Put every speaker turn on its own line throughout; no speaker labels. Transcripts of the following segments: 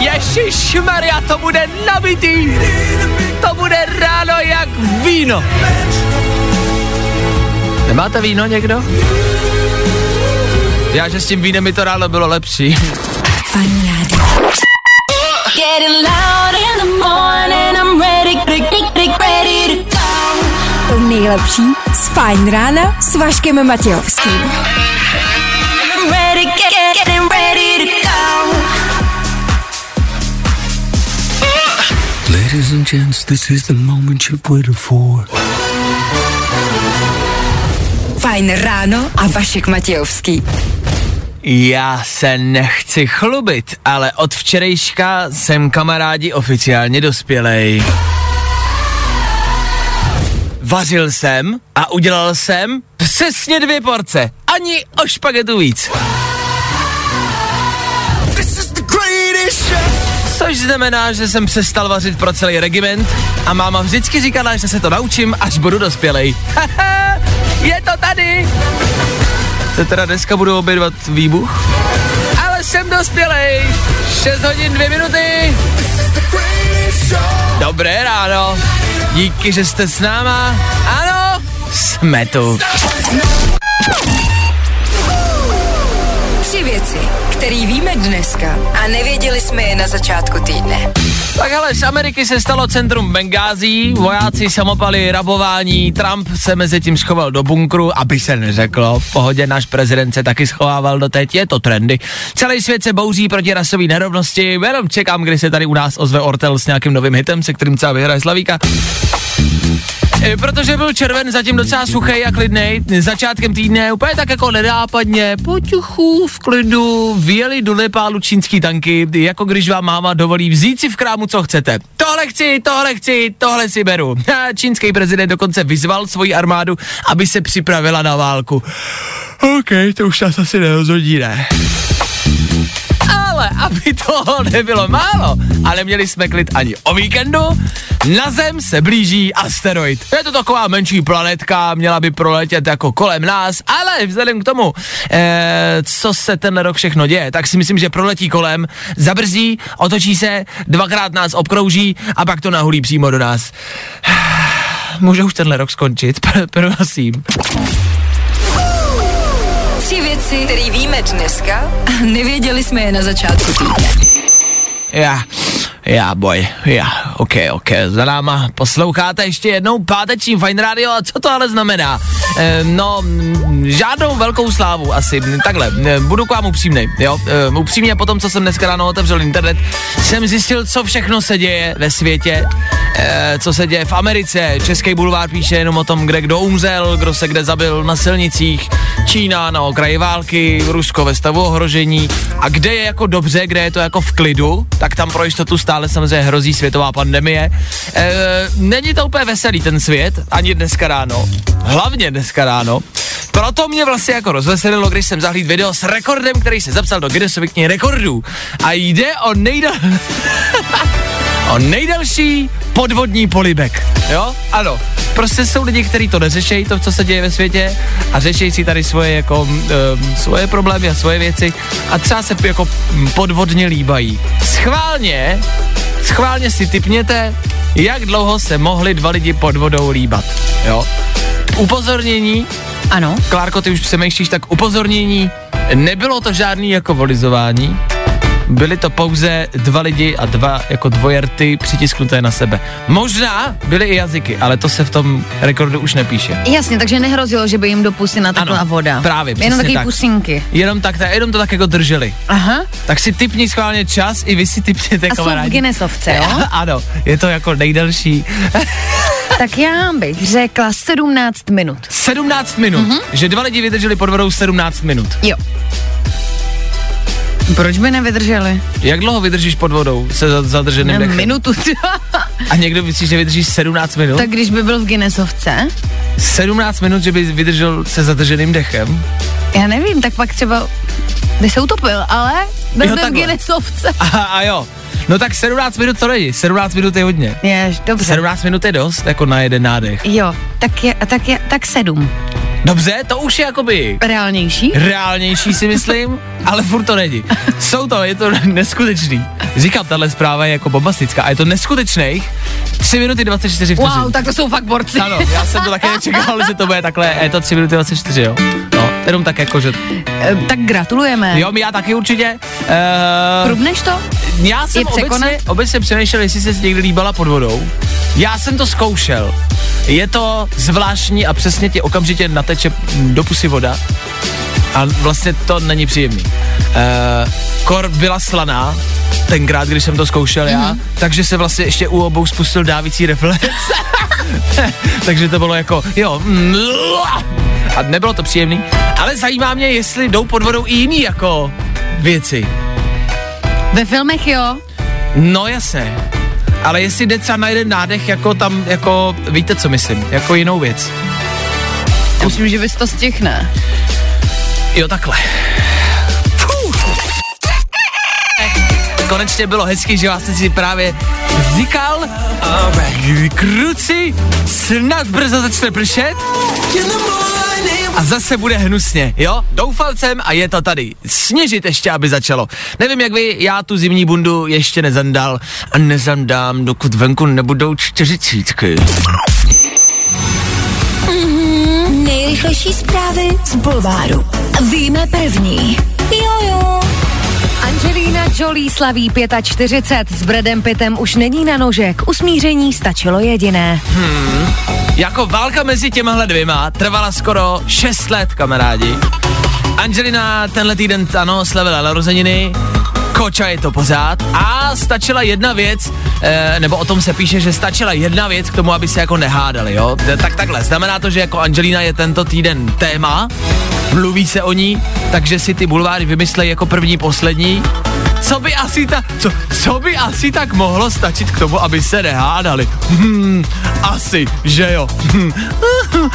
Ježíš Maria, to bude nabitý. To bude ráno jak víno. Nemáte víno někdo? Já, že s tím vínem mi to ráno bylo lepší.
Fajn rádio. To nejlepší z Fajn rána s Vaškem Matějovským.
Ladies and gents, this is the moment you've waited for.
Fajn ráno a Vašek Matějovský.
Já se nechci chlubit, ale od včerejška jsem kamarádi oficiálně dospělej. Vařil jsem a udělal jsem přesně dvě porce, ani o špagetu víc. Což znamená, že jsem přestal vařit pro celý regiment a máma vždycky říkala, že se to naučím, až budu dospělej. Haha, je to tady! Se teda dneska budu obědvat výbuch? Ale jsem dospělej! 6 hodin 2 minuty! Dobré ráno! Díky, že jste s náma. Ano, jsme tu.
Tři věci, které víme dneska a nevěděli jsme je na začátku týdne.
Tak hele, z Ameriky se stalo centrum Bengází, vojáci samopali rabování, Trump se mezi tím schoval do bunkru, aby se neřeklo, v pohodě náš prezident se taky schovával do teď, je to trendy. Celý svět se bouří proti rasové nerovnosti, jenom čekám, kdy se tady u nás ozve Ortel s nějakým novým hitem, se kterým třeba vyhraje Slavíka. E, Protože byl červen zatím docela suchý a klidný, začátkem týdne úplně tak jako nenápadně, potichu, v klidu, vyjeli do Nepálu čínský tanky, jako když vám máma dovolí vzít si v krámu, co chcete. Tohle chci, tohle chci, tohle si beru. A čínský prezident dokonce vyzval svoji armádu, aby se připravila na válku. OK, to už nás asi nerozhodí, ne? Ale aby toho nebylo málo a neměli jsme klid ani o víkendu, na Zem se blíží asteroid. Je to taková menší planetka, měla by proletět jako kolem nás, ale vzhledem k tomu, eh, co se ten rok všechno děje, tak si myslím, že proletí kolem, zabrzdí, otočí se, dvakrát nás obkrouží a pak to nahulí přímo do nás. Může už tenhle rok skončit, pr- prosím.
Tři věci, které víme dneska a nevěděli jsme je na začátku týdne.
Já, já boj, já, ok, ok, za náma posloucháte ještě jednou páteční Fine Radio a co to ale znamená? E, no, mm, žádnou velkou slávu asi, Mm, takhle, e, budu k vám upřímnej, jo, e, upřímně po tom, co jsem dneska ráno otevřel internet, jsem zjistil, co všechno se děje ve světě, e, co se děje v Americe, Český bulvár píše jenom o tom, kde kdo umřel, kdo se kde zabil na silnicích, Čína na okraji války, Rusko ve stavu ohrožení a kde je jako dobře, kde je to jako v klidu, tak tam pro jistotu stále samozřejmě hrozí světová pandemie. E, není to úplně veselý ten svět, ani dneska ráno, hlavně dneska ráno. Proto mě vlastně jako rozveselilo, když jsem zahlíd video s rekordem, který se zapsal do Guinnessovy knihy rekordů. A jde o nejdal... o nejdelší podvodní polibek. Jo? Ano. Prostě jsou lidi, kteří to neřešejí, to, co se děje ve světě, a řeší si tady svoje, jako, um, svoje problémy a svoje věci a třeba se jako mm, podvodně líbají. Schválně, schválně si typněte, jak dlouho se mohli dva lidi pod vodou líbat. Jo? Upozornění,
Ano.
Klárko, ty už přemýšlíš, tak upozornění, nebylo to žádný jako volizování, byly to pouze dva lidi a dva jako dvojerty přitisknuté na sebe. Možná byly i jazyky, ale to se v tom rekordu už nepíše.
Jasně, takže nehrozilo, že by jim do pusy natekla
Ano,
voda.
právě, přesně
Jenom taky
tak.
pusinky.
Jenom tak, ta- jenom to tak jako drželi.
Aha.
Tak si typni schválně čas i vy si typněte
A jsou v
kamarádi.
Guinnessovce, jo?
ano, je to jako nejdelší.
tak já bych řekla 17 minut.
17 minut,
Mhm.
mm-hmm. že dva lidi vydrželi pod vodou 17 minut.
Jo. Proč by nevydrželi?
Jak dlouho vydržíš pod vodou se za- zadrženým
Ne,
dechem?
minutu.
No. A někdo myslí, že vydržíš 17 minut?
tak když by byl v Guinnessovce,
17 minut, že by vydržel se zadrženým dechem.
já nevím, tak pak třeba by se utopil, ale byl
Jo,
by v
takhle.
Guinnessovce.
A, a jo, no tak 17 minut to není, 17 minut je hodně.
Jež, dobře.
17 minut je dost, jako na jeden nádech.
Jo, tak, je, tak, je, tak sedm.
Dobře, to už je jakoby
Reálnější?
reálnější si myslím, ale furt to není. Jsou to, je to neskutečný. Říkám, tahle zpráva je jako bombastická a je to neskutečných 3 minuty 24 vteřin.
Wow, tak to jsou fakt borci.
Ano, já jsem to také nečekal, že to bude takhle, je to 3 minuty 24, jo. No, jenom tak jako, že...
Eh, Tak gratulujeme.
Jo, my já taky určitě. Uh,
Průbneš to?
já jsem
je překonat?
obecně, obecně přemýšlel, jestli se někdy líbala pod vodou. Já jsem to zkoušel. Je to zvláštní a přesně ti okamžitě nateče do pusy voda. A vlastně to není příjemný. Uh, kor byla slaná, tenkrát, když jsem to zkoušel mm-hmm. já, takže se vlastně ještě u obou spustil dávící reflex. takže to bylo jako, jo, mm, a nebylo to příjemný. Ale zajímá mě, jestli jdou pod vodou i jiný jako věci.
Ve filmech jo.
No jasně. Ale jestli jde třeba na jeden nádech, jako tam, jako, víte, co myslím, jako jinou věc.
Já myslím, že bys to stihl, ne?
Jo, takhle. Fuh. Konečně bylo hezky, že vás si právě vznikal. Kruci, snad brzo začne pršet. A zase bude hnusně, jo? Doufal jsem a je to tady. Sněžit ještě, aby začalo. Nevím, jak vy, já tu zimní bundu ještě nezandal a nezandám, dokud venku nebudou čtyřicítky.
Nejrychlejší zprávy z Bulváru. Víme první. Jojo.
Angelina Jolie slaví 45. S Bradem Pittem už není na nože. K usmíření stačilo jediné.
Jako válka mezi těmahle dvěma trvala skoro 6 let, kamarádi. Angelina tenhle týden, ano, slavila narozeniny, koča je to pořád a stačila jedna věc, eh, nebo o tom se píše, že stačila jedna věc k tomu, aby se jako nehádali, jo? Eh, Tak takhle, znamená to, že jako Angelina je tento týden téma, mluví se o ní, takže si ty bulváry vymyslejí jako první, poslední. Co by asi ta, co, co by asi tak mohlo stačit k tomu, aby se nehádali? Hmm, asi, že jo. Hmm.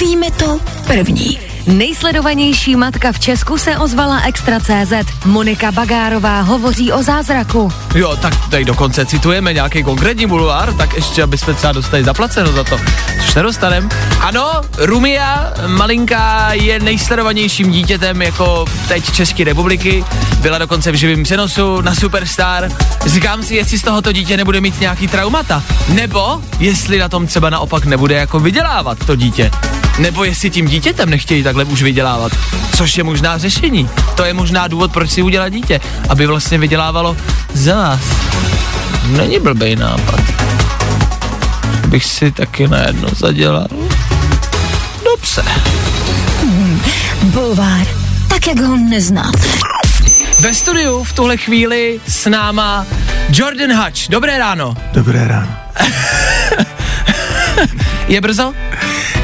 Víme to první.
Nejsledovanější matka v Česku se ozvala Extra.cz. Monika Bagárová hovoří o zázraku.
Jo, tak tady dokonce citujeme nějaký konkrétní bulvár, tak ještě, aby jsme třeba dostali zaplaceno za to, což nedostanem. Ano, Rumia, malinká, je nejsledovanějším dítětem jako teď České republiky. Byla dokonce v živém přenosu na Superstar. Říkám si, jestli z tohoto dítě nebude mít nějaký traumata, nebo jestli na tom třeba naopak nebude jako vydělávat to dítě. Nebo jestli tím dítětem nechtějí takhle už vydělávat, což je možná řešení. To je možná důvod, proč si udělat dítě, aby vlastně vydělávalo za vás. Není blbej nápad. Bych si taky najednou zadělal. Dobře.
Bulvár. Tak, jak ho neznáte.
Ve studiu v tuhle chvíli s náma Jordan Hutch. Dobré ráno.
Dobré ráno.
Je brzo?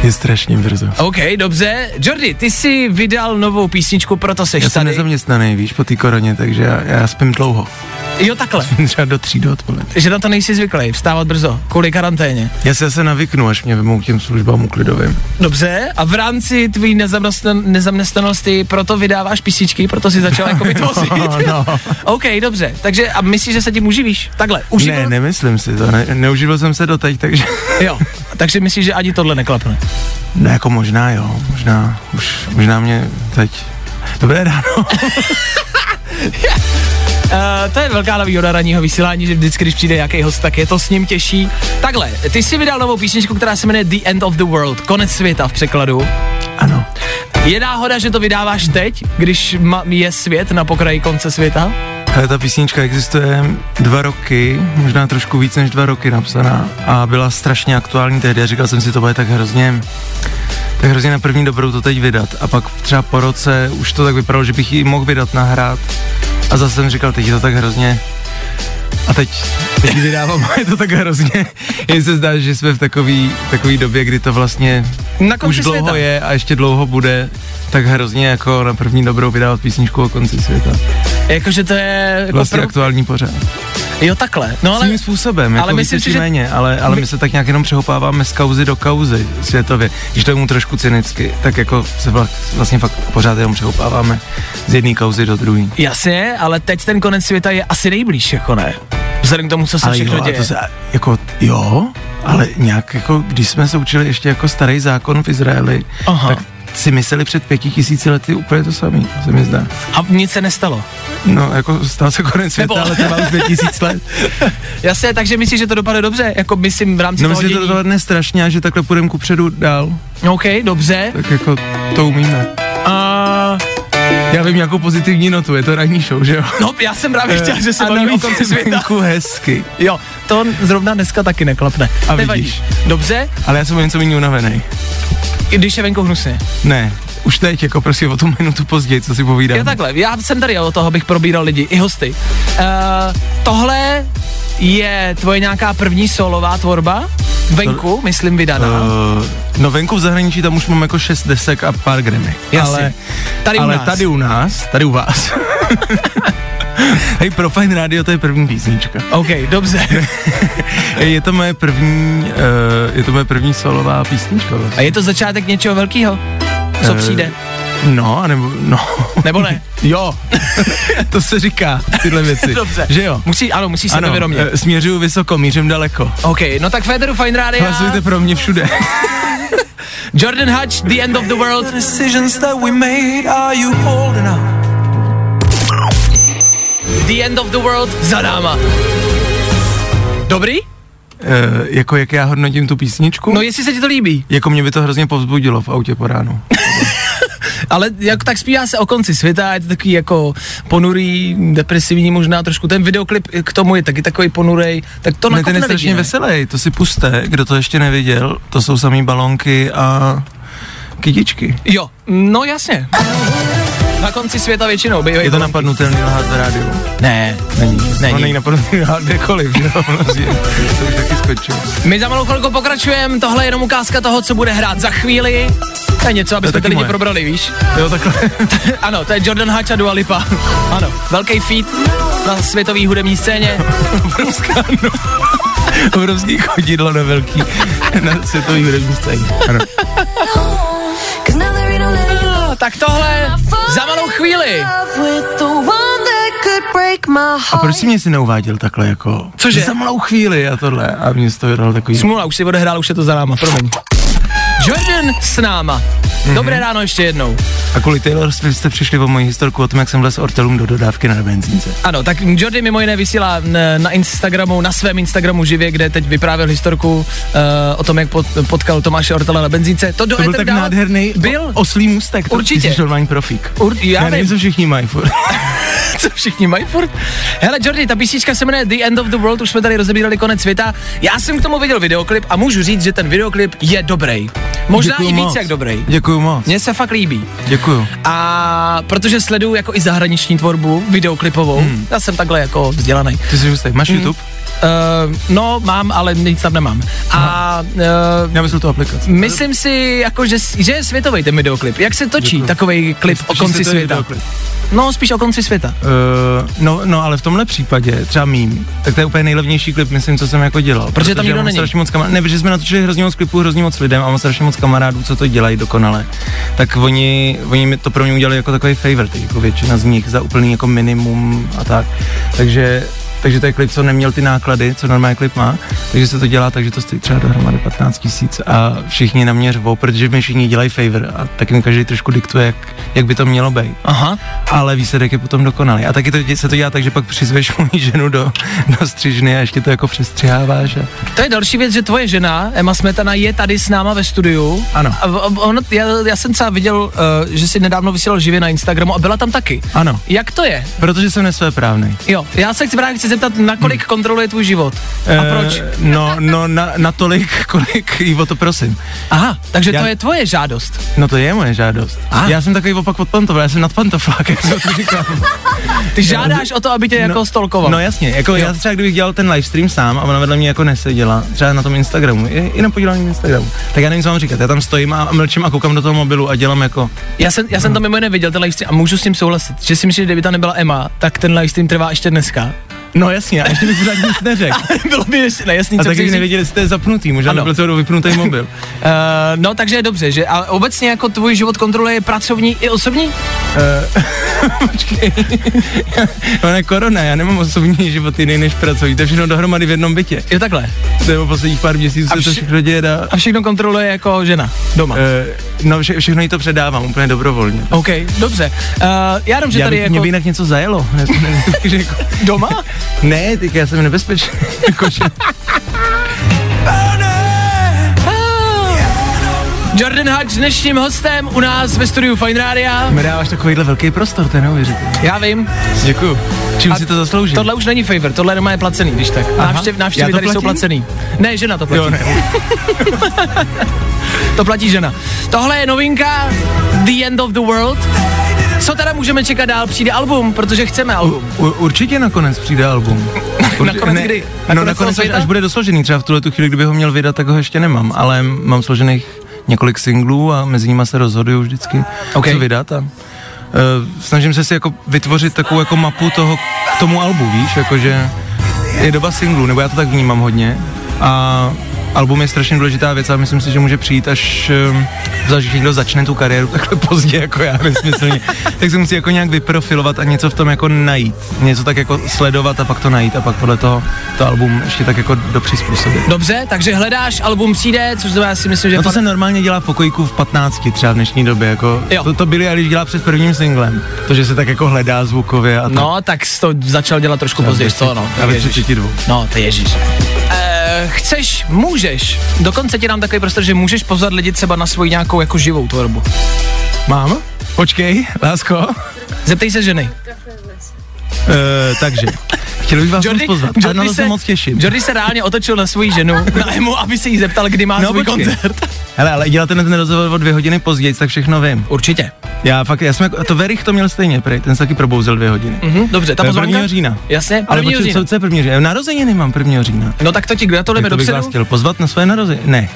Je strašně brzo.
OK, dobře. Jordi, ty jsi vydal novou písničku, proto seš
Já jsem
tady.
nezaměstnaný, víš, po té koroně, takže já, já spím dlouho.
Jo, takhle.
Třeba do tří do odpoledne.
Že na to nejsi zvyklý, vstávat brzo, kvůli karanténě.
Já se zase navyknu, až mě vemou k těm službám uklidovým.
Dobře, a v rámci tvý nezaměstnan- nezaměstnanosti proto vydáváš písničky, proto si začal jako vytvořit.
no.
OK, dobře, takže a myslíš, že se tím uživíš? Takhle, uživil?
Ne, nemyslím si to, ne, neuživil jsem se doteď, takže...
Jo, takže myslíš, že ani tohle neklapne.
No jako možná jo, možná, už, možná mě teď... Dobré ráno.
Uh, to je velká výhoda ranního vysílání, že vždycky, když přijde nějaký host, tak je to s ním těžší. Takhle, ty jsi vydal novou písničku, která se jmenuje The End of the World, konec světa v překladu.
Ano.
Je náhoda, že to vydáváš teď, když ma- je svět na pokraji konce světa?
Ale ta písnička existuje dva roky, možná trošku víc než dva roky napsaná a byla strašně aktuální tehdy a říkal jsem si, to bude tak hrozně tak hrozně na první dobrou to teď vydat a pak třeba po roce už to tak vypadalo, že bych ji mohl vydat, nahrát a zase jsem říkal, teď je to tak hrozně a teď, teď ji vydávám a je to tak hrozně, jen se zdá, že jsme v takový, takový době, kdy to vlastně
Na
už
konci
dlouho
světa.
je a ještě dlouho bude, tak hrozně jako na první dobrou vydávat písničku o konci světa.
Jako Jakože to je... Jako
Vlastně
prv...
aktuální pořád.
Jo, takhle. No ale...
Svým způsobem, jako
ale
ale
myslím si,
myslím
že-
méně, ale, ale my, se tak nějak jenom přehopáváme z kauzy do kauzy světově. Když to je mu trošku cynicky, tak jako se vla- vlastně fakt pořád jenom přehopáváme z jedné kauzy do druhé.
Jasně, ale teď ten konec světa je asi nejblíž, jako ne? Vzhledem k tomu, co se
ale
všechno
jo,
děje.
A to se, a- jako, jo, ale nějak jako, když jsme se učili ještě jako starý zákon v Izraeli,
Aha.
tak si mysleli před pěti tisíci lety úplně to samé, se mi zdá.
A nic se nestalo.
No, jako stal se konec světa,
Nebo-
ale trvá už pět tisíc let.
Jasně, takže myslíš, že to dopadne dobře? Jako myslím v rámci
No,
toho
myslím, že to
dění.
dopadne strašně a že takhle půjdeme ku předu dál.
OK, dobře.
Tak jako to umíme.
A...
Já vím nějakou pozitivní notu, je to ranní show, že jo?
No, já jsem právě chtěl, že se
Eh, A
bavíme o
navíc
konci
je
světa.
venku hezky.
Jo, to zrovna dneska taky neklapne.
A
Nevadí.
vidíš.
Dobře,
Ale já jsem o něco méně unavený.
i když je venku hnusně.
Ne, už teď, jako prosím o tu minutu později, co si povídám.
Jo, takhle, já jsem tady o toho, abych probíral lidi, i hosty. Uh, tohle je tvoje nějaká první solová tvorba? Venku, to, myslím, vydaná. Uh,
Uh, no venku v zahraničí tam už mám jako šest desek a pár grimy.
Jasně.
Ale,
Tady u
ale
nás.
tady u nás, tady u vás. Hej, pro Fine Radio to je první písnička.
OK, dobře.
Je to moje první, uh, je to moje první solová písnička
A
vlastně.
je to začátek něčeho velkého? Co
Eh,
přijde?
No, nebo, no.
Nebo ne?
Jo, to se říká, tyhle věci.
Dobře.
Že jo?
Musí, ano, musíš se
Ano,
nevědomě.
eh, směřuju vysoko, mířím daleko.
OK, no tak Federu Fine Radio.
Hlasujte pro mě všude.
Jordan Hutch, The End of the World. The End of the World za náma. Dobrý?
Eh, jako jak já hodnotím tu písničku?
No jestli se ti to líbí.
Jako mě by to hrozně povzbudilo v autě po ránu.
Ale jak tak zpívá se o konci světa, je to takový jako ponurý, depresivní možná trošku. Ten videoklip k tomu je taky takový ponurej, tak to
ne,
na
ten je strašně veselý, to si puste, kdo to ještě neviděl, to jsou samý balonky a kytičky.
Jo, no jasně. Na konci světa většinou bývají.
Je to
volný.
napadnutelný lhát v rádiu.
Ne,
Není.
Není.
No, není napadnutelný lhát kdekoliv, že jo? Vlastně. to už taky skočilo.
My za malou chvilku pokračujeme, tohle je jenom ukázka toho, co bude hrát za chvíli. To je něco, aby
je
jsme
taky
ty lidi
moje.
probrali, víš?
Jo, takhle.
ano, to je Jordan Hatch a Dua Lipa. ano, velký feat na světové hudební scéně.
Obrovská, no. Obrovský chodidlo na velký, na světový hudební scéně. Ano.
No, tak tohle za malou chvíli.
A proč jsi mě si neuváděl takhle jako...
Cože?
Za malou chvíli a tohle. A mě z toho vydal takový...
Smůla, už si odehrál, už je to za náma, promiň. Jordan s náma. Dobré
Mhm.
ráno ještě jednou.
A kvůli Taylor Swift jste přišli o moji historku o tom, jak jsem vlez ortelům do dodávky na benzínce.
Ano, tak Jordy mimo jiné vysílá n- na Instagramu, na svém Instagramu živě, kde teď vyprávěl historku uh, o tom, jak pot, potkal Tomáše Ortela na benzínce. To, do
To byl
éteru
tak
dávat-
nádherný
Byl.
o, oslý můstek. To-
Určitě.
Ty jsi normální profík.
Ur, já,
nevím,
vím,
co všichni mají furt.
co všichni mají furt. Hele, Jordy, ta písnička se jmenuje The End of the World, už jsme tady rozebírali konec světa. Já jsem k tomu viděl videoklip a můžu říct, že ten videoklip je dobrý. Možná
Děkuju
i víc
moc.
jak dobrý.
Děkuju moc.
Mně se fakt líbí.
Děkuju.
A protože sleduju jako i zahraniční tvorbu, videoklipovou, hmm. já jsem takhle jako vzdělaný.
Ty jsi hustý.
Mm.
Máš YouTube?
Uh, no, mám, ale nic tam nemám. A uh,
Já myslím tu aplikaci.
myslím si, jako, že, s- že je světový ten videoklip. Jak se točí takový klip o
Točí se
konci
to
světa?
videoklip.
No, spíš o konci světa.
Eh, no, no, ale v tomhle případě, třeba mým, tak to je úplně nejlevnější klip, myslím, co jsem jako dělal.
Protože tam nikdo
já mám
není.
Strašně moc kamarádů, ne, protože jsme natočili hrozně moc klipů, hrozně moc lidem a mám strašně moc kamarádů, co to dělají dokonale. Tak oni, oni mi to pro mě udělali jako takový favorite, jako většina z nich za úplný jako minimum a tak. Takže takže to je klip, co neměl ty náklady, co normální klip má, takže se to dělá tak, že to stojí třeba dohromady 15 tisíc a všichni na mě řvou, protože mi všichni dělají favor a tak mi každý trošku diktuje, jak, jak by to mělo být
Aha.
ale výsledek je potom dokonalý. A taky to, dě- se to dělá tak, že pak přizveš moji ženu do, do střižny a ještě to jako přestřiháváš. A...
To je další věc, že tvoje žena, Emma Smetana, je tady s náma ve studiu.
Ano.
A v- on, já, já jsem třeba viděl, uh, že si nedávno vysílal živě na Instagramu a byla tam taky.
Ano,
Jak to je?
protože jsem nesvéprávný.
Jo, já se chci právě chci zeptat, nakolik kontroluje tvůj život? A proč?
Hmm. Eh, no, no na, natolik, kolik jí o to prosím.
Aha, takže
já-
to je tvoje žádost.
No to je moje žádost.
A?
Já jsem takový opak od pantofla, já jsem nad pantoflák, jak se to říká.
Ty žádáš o to, aby tě jako stolkoval.
Eh, No jasně, jako já třeba kdybych dělal ten livestream sám a ona vedle mě jako neseděla, třeba na tom Instagramu, i, i na podílání Instagramu, tak já nevím, co mám říkat, já tam stojím a mlčím a koukám do toho mobilu a dělám jako,
Já jsem, já jsem to mimo jiné viděl, ten livestream, a můžu s tím souhlasit, že si myslím, že kdyby tam nebyla Emma, tak ten livestream trvá ještě dneska.
No jasně, a ještě bych pořád nic neřekl.
Bylo by ještě nejasný,
A
co
taky
chceš říct.
nevěděli, jste zapnutý, možná
Ano.
byl celou dobu vypnutý mobil.
Uh, no, takže je dobře, že? A obecně jako tvůj život kontroluje pracovní i osobní?
Počkej, ona je korona, já nemám osobní život jiný než pracovní, to je všechno dohromady v jednom bytě.
Jo, takhle.
To je o posledních pár měsíců,
A
se to
vši-
všechno děje na...
A všechno kontroluje jako žena doma. Uh.
Eh, No, vše, všechno jí to předávám úplně dobrovolně.
OK, dobře. Uh, já jenom, že
Já
tady
bych,
jako...
mě by jinak něco zajelo. Ne, ne, ne, jako,
Doma?
ne tak já jsem nebezpečný. Jako, že-
Ah! Jordan Hutch dnešním hostem u nás ve studiu Fine Radio.
mi dáváš takovýhle velký prostor, to je neuvěřitelné.
Já vím,
Děkuju. Čím si to zasloužil?
tohle už není favor, tohle jenom je placený, když tak.
Aha.
Návštěv,
Já
návštěvy
to
tady jsou
platím?
placený. Ne, žena to platí.
Jo, ne.
To platí žena. Tohle je novinka The End of the World. Co teda můžeme čekat dál? Přijde album, protože chceme album.
U, určitě nakonec přijde album. Určitě,
Nakonec kdy?
Nakonec no
Nakonec
nakonec,
toho
až,
světa?
až bude dosložený, třeba v tuhle tu chvíli, kdyby ho měl vydat, tak ho ještě nemám, ale mám složených několik singlů a mezi nimi se rozhoduju vždycky,
Ok.
co vydat a uh, snažím se si jako vytvořit takovou jako mapu toho, k tomu albu, víš, jakože je doba singlů, nebo já to tak vnímám hodně a album je strašně důležitá věc a myslím si, že může přijít až um, zvlášť, když někdo začne tu kariéru takhle pozdě jako já nesmyslně, tak se musí jako nějak vyprofilovat a něco v tom jako najít, něco tak jako sledovat a pak to najít a pak podle toho to album ještě tak jako dopřizpůsobit.
Dobře, takže hledáš, album přijde, což znamená, já si myslím, že...
No to
fakt-
se normálně dělá v pokojíku v 15 třeba v dnešní době, jako
Jo.
to, to Billie Eilish dělá před prvním singlem, to, že se tak jako hledá zvukově a tak.
No, tak jsi to začal dělat trošku později, co no.
Já
tak
ve
ježiš.
32.
No, to ježíš. Eh, chceš, můžeš, dokonce ti dám takový prostor, že můžeš pozvat lidi třeba na svoji nějakou jako živou tvorbu.
Mám? Počkej, lásko.
Zeptej se ženy.
Eh, takže, chtěl bych vás moc pozvat. Jordi na to se moc těším.
Jordi se reálně otočil na svoji ženu, na Emu, aby se jí zeptal, kdy má no, svůj
počkej.
koncert.
Hele, ale děláte ten rozhovor o dvě hodiny později, tak všechno vím.
Určitě.
Já fakt, já jsem, jako- a to Verich to měl stejně, prej, ten se taky probouzel dvě hodiny.
Mhm, dobře, ta
To je
pozvánka?
1. října.
Jasně,
Ale
1.
počkej,
října.
co, co je první října? Narozeniny mám 1. října.
No tak to ti
Tak
gratulujeme
to bych vás
dopředu.
chtěl pozvat na své narozeniny. Ne,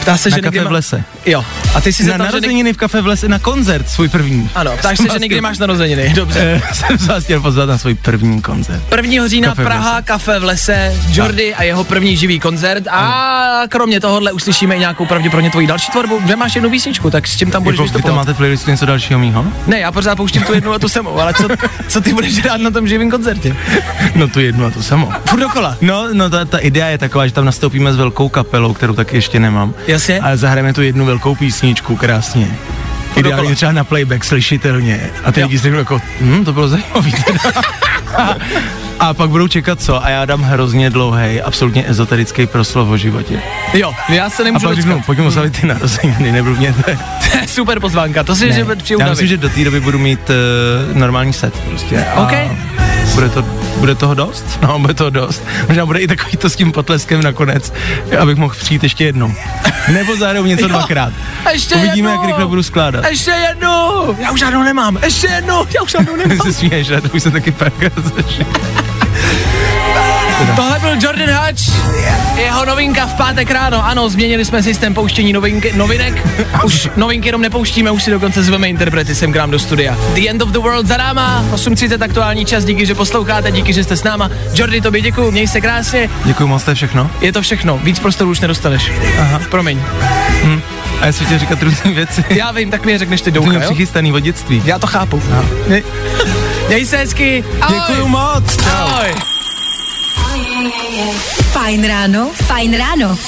Ptá se,
na
že někdy
kafe v
má...
lese.
Jo, a ty si
Na
zeptal, že někdy...
narozeniny v kafe v lese, na koncert svůj první.
Ano, ptáš se, že někdy máš narozeniny. Dobře.
Eh, jsem se vás chtěl pozvat na svůj první koncert.
1. října
Kafe v
Praha,
lese.
kafe v lese, Jordy a jeho první živý koncert a kromě tohohle uslyšíme i nějakou pravděpodobně tvoji další tvorbu, kde máš jednu písničku, tak s tím tam budeš
Jako, vy tam
vystupovat.
máte v playlistu něco dalšího mýho?
Ne, já pořád pouštím tu jednu a tu samou, ale co, co ty budeš dát na tom živém koncertě?
No tu jednu a to samo.
Furt dokola.
No, no ta, ta idea je taková, že tam nastoupíme s velkou kapelou, kterou taky ještě nemám.
Jasně.
A zahrajeme tu jednu velkou písničku krásně. Ideálně
dokola.
třeba na playback slyšitelně. A ty
Jo.
lidi si řeknou jako, hm, to bylo zajímavý. teda." a, a pak budou čekat co? A já dám hrozně dlouhý, absolutně ezoterický proslov o životě.
Jo, já se
A
nemůžu
pak řeknu,
dočkat.
pojďme oslavit ty narozeniny, neblbněte.
To je Super pozvánka, to si, že přijdu
Já myslím, že do té doby budu mít uh, normální set prostě. A
OK.
Bude, to, bude toho dost? No, bude toho dost. Možná bude i takový to s tím potleskem nakonec, abych mohl přijít ještě jednou. Nebo zároveň něco dvakrát.
A ještě
Uvidíme,
jednou.
jak rychle budu skládat.
Ještě jednu! Já už žádnou nemám, ještě jednu, já už žádnou nemám.
Ty se směješ, ale to už jsem taky párkrát zažil.
Tohle byl Jordan Hutch, jeho novinka v pátek ráno. Ano, změnili jsme systém pouštění novinky, novinek. Už novinky jenom nepouštíme, už si dokonce zveme interprety sem k nám do studia. The End of the World za náma, 8.30 aktuální čas, díky, že posloucháte, díky, že jste s náma. Jordy, tobě děkuju, měj se krásně,
Děkuji moc, to je všechno.
je to všechno, víc prostoru už nedostaneš. Aha. Promiň,
A já si chtěl říkat různé věci.
já vím, tak mi je řekneš ty
To mě
doucha, jo?
přichystaný od dětství.
Já to chápu. Ne- Měj se hezky, ahoj.
Děkuji moc. Čau.
Ahoj.
Fajn ráno, fajn ráno.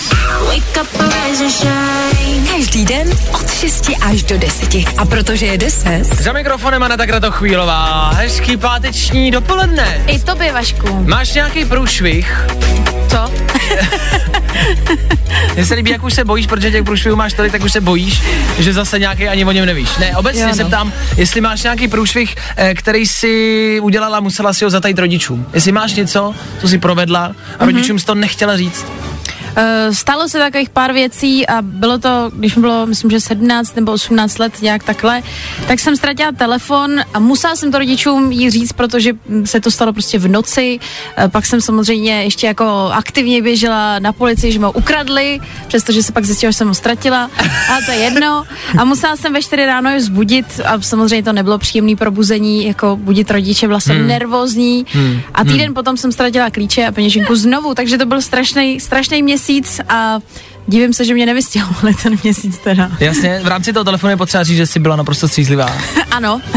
Každý den od 6 až do 10. A protože je 10,
Za mikrofonem Aneta Kratochvílová, hezký páteční dopoledne.
I tobě, Vašku.
Máš nějaký průšvih?
Co?
Mně se líbí, jak už se bojíš, protože těch průšvihů máš tady, tak už se bojíš, že zase nějaký ani o něm nevíš. Ne, obecně
Jo,
jo,
no.
se ptám, jestli máš nějaký průšvih, eh, který si udělala, a Mhm. musela si ho zatajit rodičům. Jestli máš něco, co si provedla a rodičům jsi to nechtěla říct.
Eh, Stalo se takových pár věcí a bylo to, když mi bylo, myslím, že 17 nebo 18 let, nějak takhle, tak jsem ztratila telefon a musela jsem to rodičům jí říct, protože mm, se to stalo prostě v noci. Eh, Pak jsem samozřejmě ještě jako aktivně běžela na policii, že mi ho ukradli, přestože se pak zjistilo, že jsem ho ztratila, ale to je jedno. A musela jsem ve 4 ráno je vzbudit a samozřejmě to nebylo příjemné probuzení, jako budit rodiče, byla jsem hmm. nervózní
Hmm.
a týden potom jsem ztratila klíče a peněženku znovu, takže to byl strašný, strašný měsíc a divím se, že mě nevystěhovali ten měsíc teda.
Jasně, v rámci toho telefonu je potřeba říct, že jsi byla naprosto střízlivá.
ano,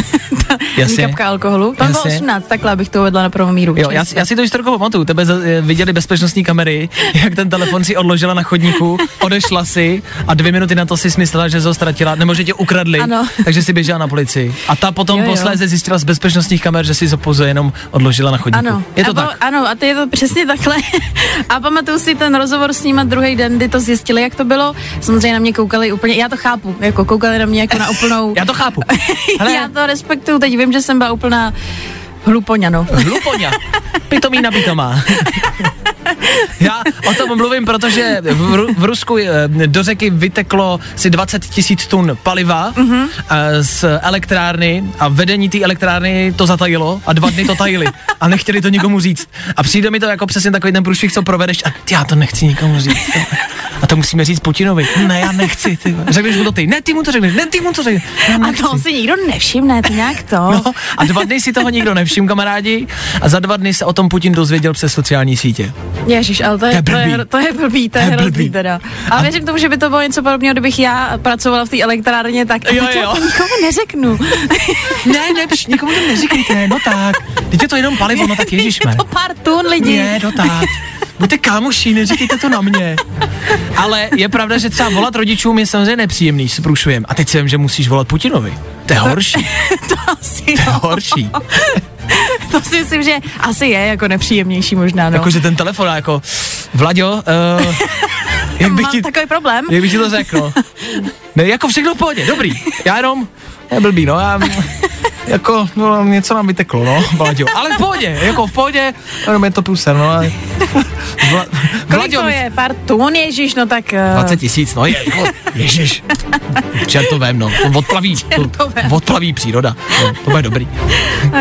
ta
Jasně.
kapka alkoholu, to bylo
Jasně.
18, takhle abych to uvedla na prvou míru.
Jo, já,
Čistě.
já si to historiku pamatuju, tebe za- eh, viděli bezpečnostní kamery, jak ten telefon si odložila na chodníku, odešla si a dvě minuty na to si myslela, že jsi ho ztratila, nebo že tě ukradli,
Ano.
takže si běžela na policii. A ta potom
Jo,
jo,
jo.
jo. posléze zjistila z bezpečnostních kamer, že si ho pouze jenom odložila na chodníku.
Ano,
Je to
a
tak?
bylo- Ano, a to je to přesně takhle. a pamatuju si ten rozhovor s nima druhý den, kdy to zjistili, jak to bylo. Samozřejmě na mě koukali úplně, já to chápu, jako koukali na mě jako na úplnou.
Já to chápu. Hele,
já to respektuju, teď vím, že jsem byla úplná hlupoňa, no.
Hlupoňa. Pitomí na pitomá. Já o tom mluvím, protože v, Ru- v Rusku eh, do řeky vyteklo si 20 tisíc tun paliva
Mhm.
mm-hmm. z elektrárny a vedení té elektrárny to zatajilo a dva dny to tajili a nechtěli to nikomu říct. A přijde mi to jako přesně takový ten průšvih, co provedeš a ty, já to nechci nikomu říct. A to musíme říct Putinovi. Ne, já nechci. Ty. vole. Řekneš mu to ty. Ne, ty mu to řekneš. Ne, ty mu to řekneš. Já
A
nechci.
to si nikdo nevšimne, to nějak to.
No, a dva dny si toho nikdo nevšiml, kamarádi. A za dva dny se o tom Putin dozvěděl přes sociální sítě.
Ježíš, ale to je,
To
to
je
je,
blbý.
hro- to je blbý, to je,
To je
hrozný
blbý.
teda. A, věřím tomu, že by to bylo něco podobného, kdybych já pracovala v té elektrárně, tak
Jo,
tak
jo.
já to nikomu neřeknu.
Ne, ne, pš, nikomu to neříkejte, no tak. Teď je to jenom palivo, no tak ježišme.
je to pár tun lidí.
Ne, no tak. Buďte kámoši, neříkejte to na mě. Ale je pravda, že třeba volat rodičům je samozřejmě nepříjemný s průšujem. A teď si vím, že musíš volat Putinovi. To je horší,
To asi,
to je
no.
horší.
To si myslím, že asi je jako nepříjemnější možná, no.
Jakože ten telefon, jako, Vlaďo, uh, jak bych
Mám
ti...
takový problém.
Jak bych ti to řekl? no?" Ne, jako všechno v pohodě, dobrý. Já jenom, je blbý, no, já, jako, no, něco nám vyteklo, no, Vlaďo. Ale v pohodě, jako v pohodě, jenom je to průser, no, ale... Vla,
Kolik to je? Pár tun, ježíš, no tak... eh,
20 tisíc, no je, no, ježiš, čertovém, no, to odplaví, to,
Čertovém.
odplaví příroda, no, to bude dobrý.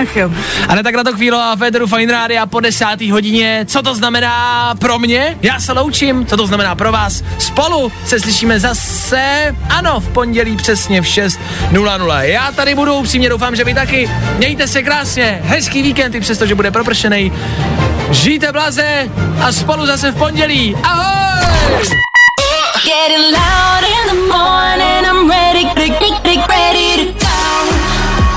Ach jo.
A ne tak na to chvíli a Federu Fine Rádia po 10. hodině. Co to znamená pro mě? Já se loučím. Co to znamená pro vás? Spolu se slyšíme zase, ano, v pondělí přesně v 6.00. Já tady budu, upřímně doufám, že vy taky. Mějte se krásně, hezký víkend, i přesto, že bude propršený. Žijte blaze a spolu zase v pondělí. Ahoj!
Getting loud in the morning, I'm ready, ready, ready, ready to go.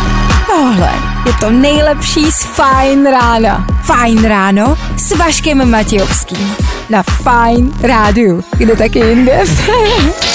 Tohle je to nejlepší z Fajn rána. Fajn ráno s Vaškem Matějovským. Na Fajn rádu. Kde taky jinde?